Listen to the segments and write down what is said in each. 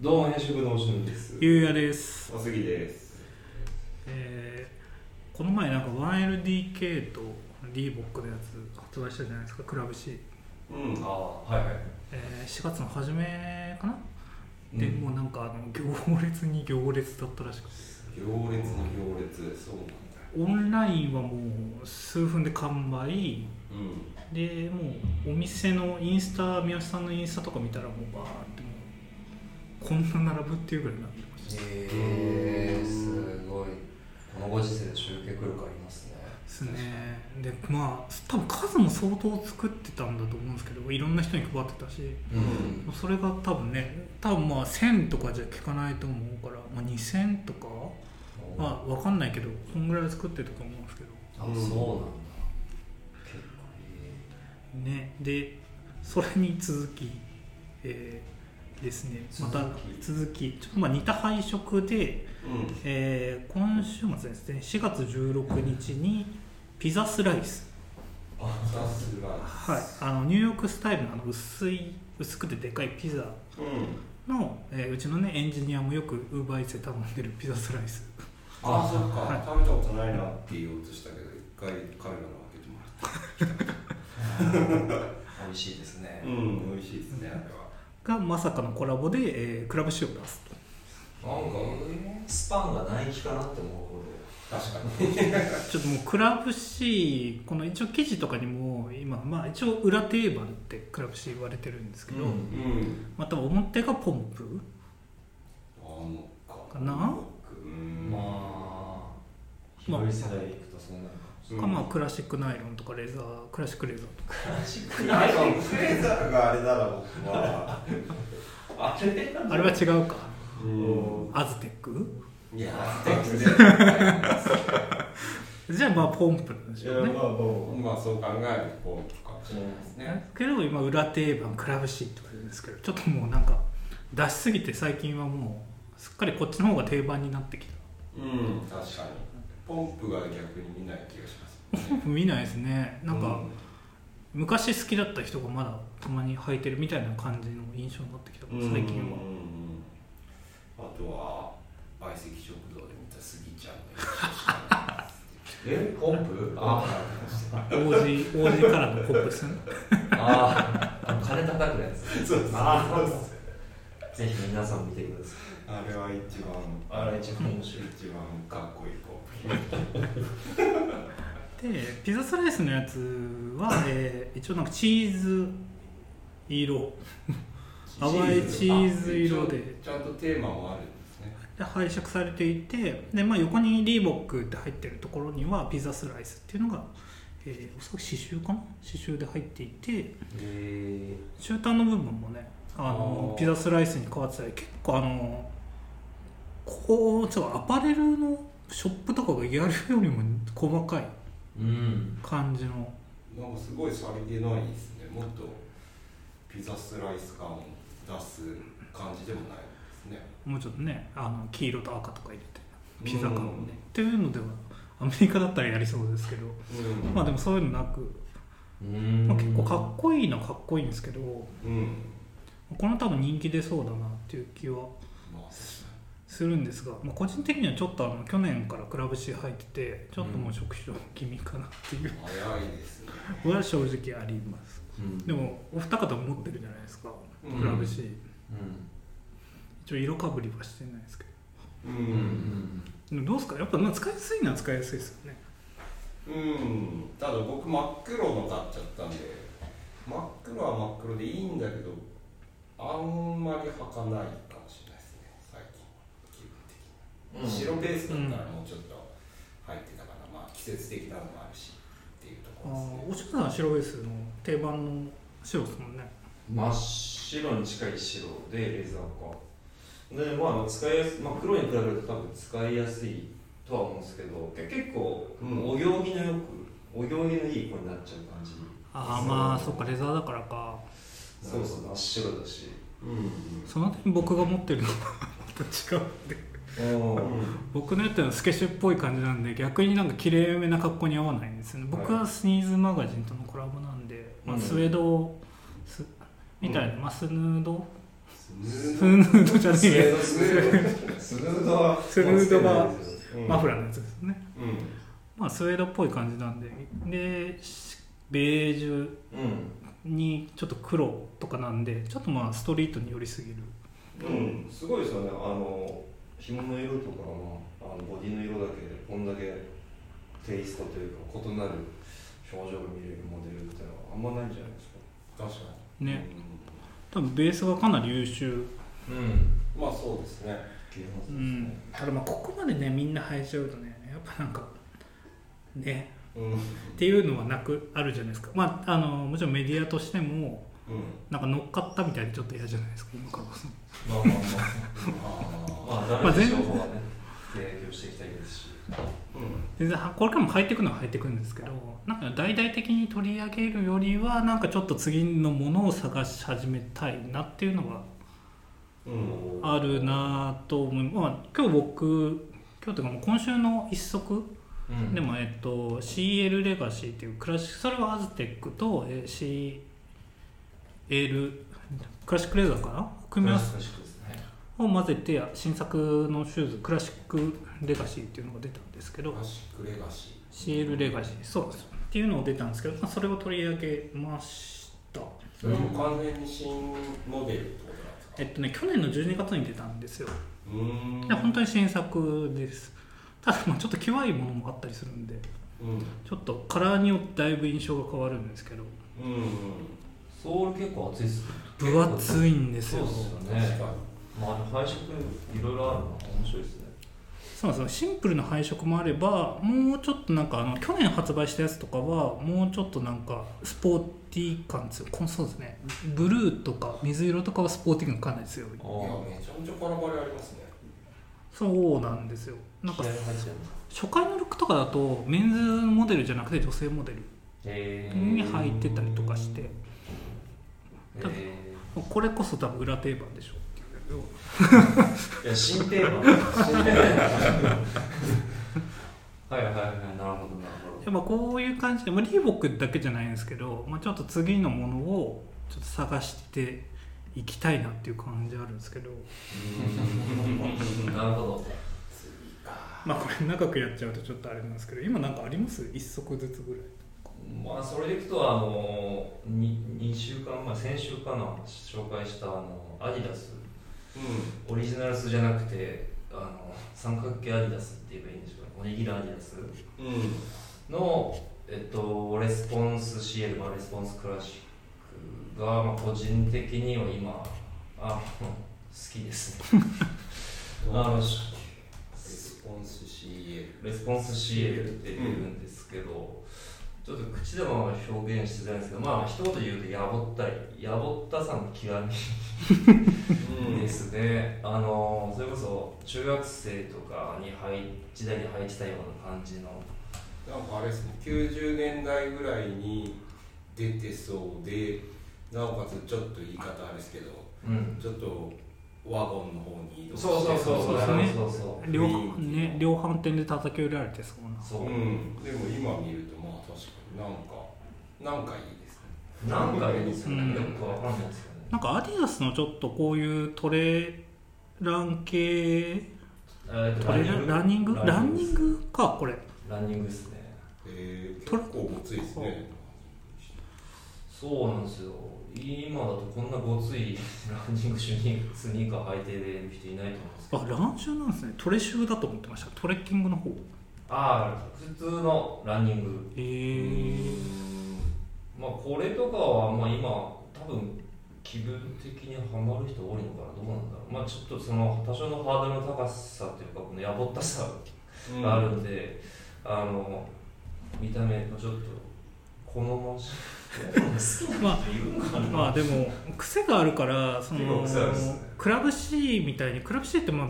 どうも編集部のおしゅんです。ゆうやです、おすぎです。えーこの前なんか 1LDK と DBOC のやつ発売したじゃないですかクラブ C、うん、ああ、はいはい。えー4月の初めかな、うんでもうなんかあの行列に行列だったらしくて行列の行列、そうなんだ。オンラインはもう数分で完売うん。でもうお店のインスタ三好さんのインスタとか見たらもうバーってもうこんな並ぶっていうぐらいになってましたえー、すごいこのご時世で集計来るかありますねですねでまあ多分数も相当作ってたんだと思うんですけどいろんな人に配ってたしうんそれが多分ね多分まあ1000とかじゃ効かないと思うから、まあ、2000とかまあ分かんないけどこんぐらいは作ってたと思うんですけどあそうなんだ結構ねでそれに続き、えーですねまた続きちょっとまあ似た配色で、うん。えー今週末ですね4月16日にピザスライスあ、さすが。はい、あのニューヨークスタイルのあの薄い薄くてでかいピザうん。の、えーうちのねエンジニアもよくウーバーイーツで頼んでるピザスライスあ、そっか、はい食べたことないなって言おうとしたけど、一回カメラの開けてもらっ美味しいですねた。うん、美味しいですね、あれは。がまさかのコラボで、えークラブシを出すとなんかスパンがナイキかなって思うほど確かちょっともうクラブシこの一応記事とかにも今まあ一応裏定番ってクラブシ言われてるんですけど、うんに。うん。また表がポンプあのか。かなうん。まあまあ広い世代いくとそうなるかもしうんか、まあクラシックナイロンとかレザークラシックレザーとかれないしクラシックフレーザーがあれだろう、僕は。 あれあれは違うかうん。アズテックいやあー、全然じゃあまあポンプなんいでしやょうねまあどうまあそう考えるとこうかもしれないですね。けど今裏定番クラブシーとか言うんですけどちょっともうなんか出しすぎて最近はもうすっかりこっちの方が定番になってきたうん、確かに。ポンプが逆に見ない気がします、ね。見ないですねなんか、昔好きだった人がまだたまに履いてるみたいな感じの印象になってきたかうらん、最近うんはうんうんあとは相席食堂で見たスギちゃんの印象しかないです。えポンプああ、王子王子からのポップスねああの金叩くやつそうですあそうでぜひ皆さん見てくださいあれは一番あれ一番面白い一番かっこいいポンでピザスライスのやつは、えー一応なんかチーズ色プ。淡いチーズ色であちゃんとテーマもあるんですね。で拝借されていてで、まあ、横にリーボックって入ってるところにはピザスライスっていうのが、えー、おそらく刺繍かな刺繍で入っていてへえ中端の部分もねああのーピザスライスに変わってたり結構あのこうちょっとアパレルのショップとかがやるよりも細かいうん感じのなんかすごいさりげないですね。もっとピザスライス感を出す感じでもないですね。もうちょっとねあの黄色と赤とか入れてピザ感をね、うんっていうのではアメリカだったらやりそうですけどうんまあでもそういうのなく、ままあ、結構かっこいいのはかっこいいんですけどうん。この多分人気出そうだなっていう気はまあ、するんですが、まあ、個人的にはちょっとあの去年からクラブシ入っててちょっともう食費気味かなっていう早いですね。のは正直ありますうんでもお二方持ってるじゃないですかうんクラブシうん一応色かぶりはしてないですけううんん。どでもどうですかやっぱまあ使いやすいのは使いやすいですよねうん。ただ僕真っ黒の買っちゃったんで、真っ黒は真っ黒でいいんだけど、あんまり履かないかもしれないですね。最近気分的に。白ベースだったらもうちょっと入ってたから、まあ季節的なのもあるしっていうとこああろおですね。しょさんは白ベースの定番の白ですもんね真っ白に近い白でレザーかでまああの使いやす、まあ、黒に比べると多分使いやすいとは思うんですけどけ結構、うんお行儀のよくお行儀のいい子になっちゃう感じああまあそっかレザーだからかそうそう真っ白だしうんその点僕が持ってるのはまた違うんでうん僕のやつはスケッシュっぽい感じなんで逆になんか綺麗めな格好に合わないんですよね僕はスニーズマガジンとのコラボなんで、まうあ、んスウェードすみたいな、まあ、スヌードスヌードじゃねスヌえーやドスヌードスヌード はスヌードはうんマフラーのやつですねうんまあスウェードっぽい感じなんででしベージュうんにちょっと黒とかなんでちょっとまあストリートに寄りすぎるうんすごいですよねあの紐の色とかのあのボディの色だけでこんだけテイストというか異なる表情が見れるモデルっていうのはあんまないんじゃないですか確かにね多分ベースがかなり優秀うんうんまあそうですね切れますうねんただまあここまでねみんな生えちゃうとねやっぱなんかねうんうんっていうのはなくあるじゃないですかまああのもちろんメディアとしてもなんか乗っかったみたいでちょっと嫌じゃないですか今からそのまあまあまああまあ、ダメな情報はね、提供していきたいですし。ーうん全然はこれからも入っていくのは入っていくんですけどなんか大々的に取り上げるよりはなんかちょっと次のものを探し始めたいなっていうのはうんあるなぁと思います、まあ、今日僕今日というかもう今週の一足うんで、も、えっと、CL レガシーっていうクラシックそれはアズテックとえー CL クラシックレザーかな組み合わせ難しくですね。を混ぜて新作のシューズクラシックレガシーっていうのが出たんですけどクラシックレガシ CL レガシーそうなんですよっていうのを出たんですけど、まあ、それを取り上げましたーそれも完全に新モデルってことなんですかえっとね去年の12月に出たんですようーんで本当に新作ですただまあちょっときわいものもあったりするんでうんちょっとカラーによってだいぶ印象が変わるんですけどうんソール結構厚いですね。分厚いんですそうよですうよん確ね。かまあ、あの配色いろいろあるの面白いですね。そうなんですよシンプルな配色もあればもうちょっとなんかあの去年発売したやつとかはもうちょっとなんかスポーティー感強いこのそうですねブルーとか水色とかはスポーティー感かなり強いあにいやめちゃめちゃバラバラありますねそうなんですよなんか気合入っちゃうんだ。初回のルックとかだとメンズモデルじゃなくて女性モデルえに入ってたりとかしてえこれこそ多分裏定番でしょうー、いや、新テー マ。新テーマ。はいはいはい、なるほどなるほど。やっぱこういう感じで、まあ、リーボックだけじゃないんですけど、まあ、ちょっと次のものをちょっと探していきたいなっていう感じあるんですけど、うんなるほど。まあ、これ長くやっちゃうとちょっとあれなんですけど今なんかあります一足ずつぐらいまあそれでいくとあのに2週間前先週かな紹介したあのアディダスうオリジナルスじゃなくてあの三角形アディダスって言えばいいんでしょうかおにぎりアディダスんうんの、えっと、レスポンス CL、まあ、レスポンスクラシックが、まあ、個人的には今あの好きですねあのレスポンス CL レスポンス CL って言うんですけど、ちょっと口でも表現しづらいんですけどまあ一言言うとやぼったいやぼったさの極みでうすね、あのそれこそ中学生とかに入時代に入ってたような感じのん、なんかあれですね90年代ぐらいに出てそうでなおかつちょっと言い方あれですけどうんちょっとワゴンの方に移動してそうそうそうそうそうですねそうそ量雰囲気ね量販店で叩き売られてそうなうそう、うん、でも今見るとまあ確かになんかなんかいいですねなんかいいですよね、うんよくわかんないですよねなんかアディダスのちょっとこういうトレラン系えーとトレランニングランニングかこれランニングですねえー、ト結ラ構ごついですねそうなんですよ今だとこんなごついランニングシュニースニーカー履いてる人いないと思あうんですけどランシュなんですねトレシューだと思ってましたトレッキングの方へああ普通のランニングえまあこれとかはまあ今多分気分的にはまる人多いのかなどうなんだろうまあちょっとその多少のハードルの高さというかこのやぼったさうんがあるんで、あの見た目もちょっと好ましい好きな人いるのかな、まあでも癖があるからそ結構の癖あるっすねクラブ C みたいにクラブ C って、まあ、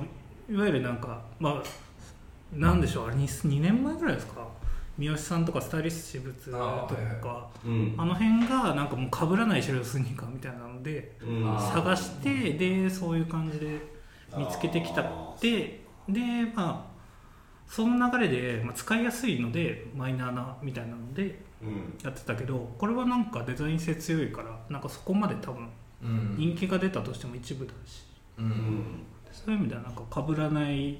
いわゆるなんかまあなんでしょうあれ 2, 2年前ぐらいですか三好さんとかスタイリスト私物とかあーはいうんあの辺がなんかもうかぶらないシェルスニーカーみたいなのでうんあー探してでそういう感じで見つけてきたあででまあその流れで、まあ、使いやすいのでマイナーなみたいなのでーうんやってたけどこれはなんかデザイン性強いからなんかそこまで多分うん人気が出たとしても一部だしううんんそういう意味ではなんか被らない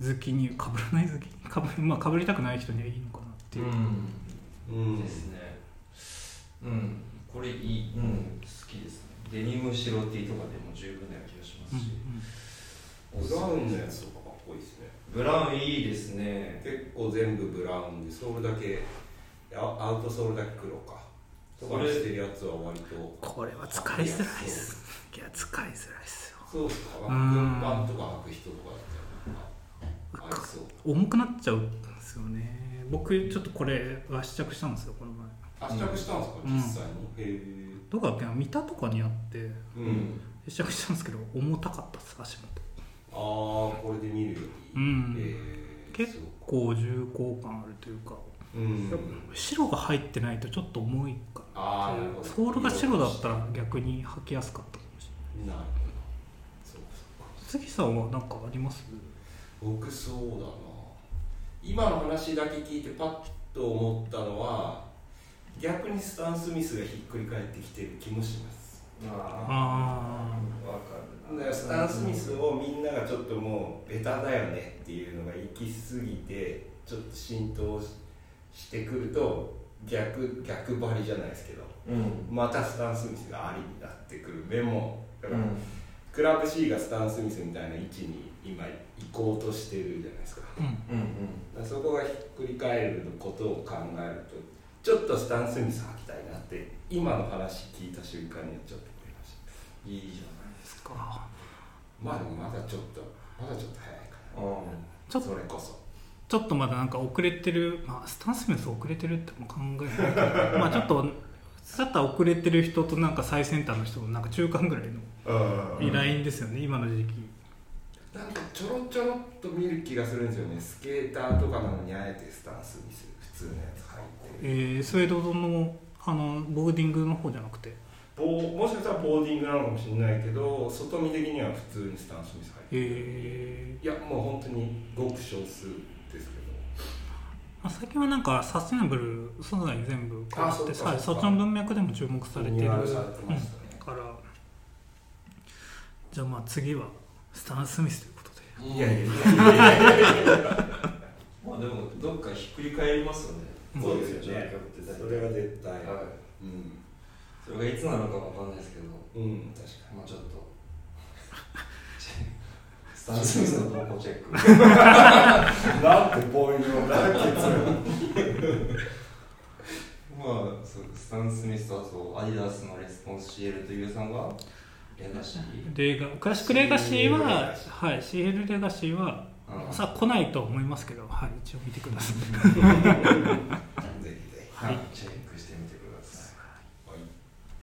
好きに被らない好きかぶ,、まあ、被り たくない人にはいいのかなっていう、うんですねうんこれいいうん好きですねデニム白 T とかでも十分な気がしますし、ブラウンのやつとかかっこいいですねブラウンいいですね結構全部ブラウンでソールだけあアウトソールだけ黒かとかにしてるやつは割とこれは使いづらいっすいや使いづらいっすよそうっすかうん軍パンとか履く人とかだったらなんか合いそう重くなっちゃうんですよね僕ちょっとこれが試着したんですよこの前圧着したんうんですか実際にへえどこだっけな三田とかにあってううん試着したんですけど重たかったっす足元ああこれで見るよりうんえー結構重厚感あるというか、そううん白が入ってないとちょっと重いかあらあなるほどソールが白だったら逆に履きやすかったかもしれないなるほどそうかそうか杉さんは何かあります僕そうだな今の話だけ聞いてパッと思ったのは逆にスタン・スミスがひっくり返ってきてる気もしますあああわかだるかならスタン・スミスをみんながちょっともうベタだよねっていうのが行き過ぎてちょっと浸透ししてくると逆逆張りじゃないですけどうんまたスタン・スミスがありになってくる目もだうからんクラブ C がスタン・スミスみたいな位置に今行こうとしてるじゃないですかあうんうんだからそこがひっくり返ることを考えるとちょっとスタン・スミス履きたいなって今の話聞いた瞬間にはちょっと思いましたうんいいじゃないですかまあでもまだちょっとまだちょっと早いかなうちょっとそれこそちょっとまだなんか遅れてる、まあ、スタン・スミス遅れてるっても考えないけ どまあちょっと普通だったら遅れてる人となんか最先端の人のなんか中間ぐらいのうんラインですよね、今の時期なんかちょろちょろっと見る気がするんですよねスケーターとかなのにあえてスタン・スミス普通のやつ履いてるえー、スウェードのあのボーディングの方じゃなくてボーもしかしたらボーディングなのかもしれないけど外見的には普通にスタン・スミス履いてる、えいやもう本当にごく少数ですけどーまあ、最近はなんかサステナブル素材全部変わってあそうかはいそそうっかちの文脈でも注目されてるリニューアかルされてましたね、らじゃあまあ次はスタン・スミスということでんいやいやいやまあでもどっかひっくり返りますよねうんそうですよねそれは絶対、はいうん、それがいつなのかわかんないですけどうん、確かまあちょっと スタンスミスの方向チェックなんてボーイングだ結論まあそうスタン・スミスとあとアディダスのレスポンス CL というさんがレガシーレガクラシックレガシーレはガシ、はい、CL レガシーはうんさあ来ないと思いますけど、はい、一応見てください。に。ぜひぜはいチェッ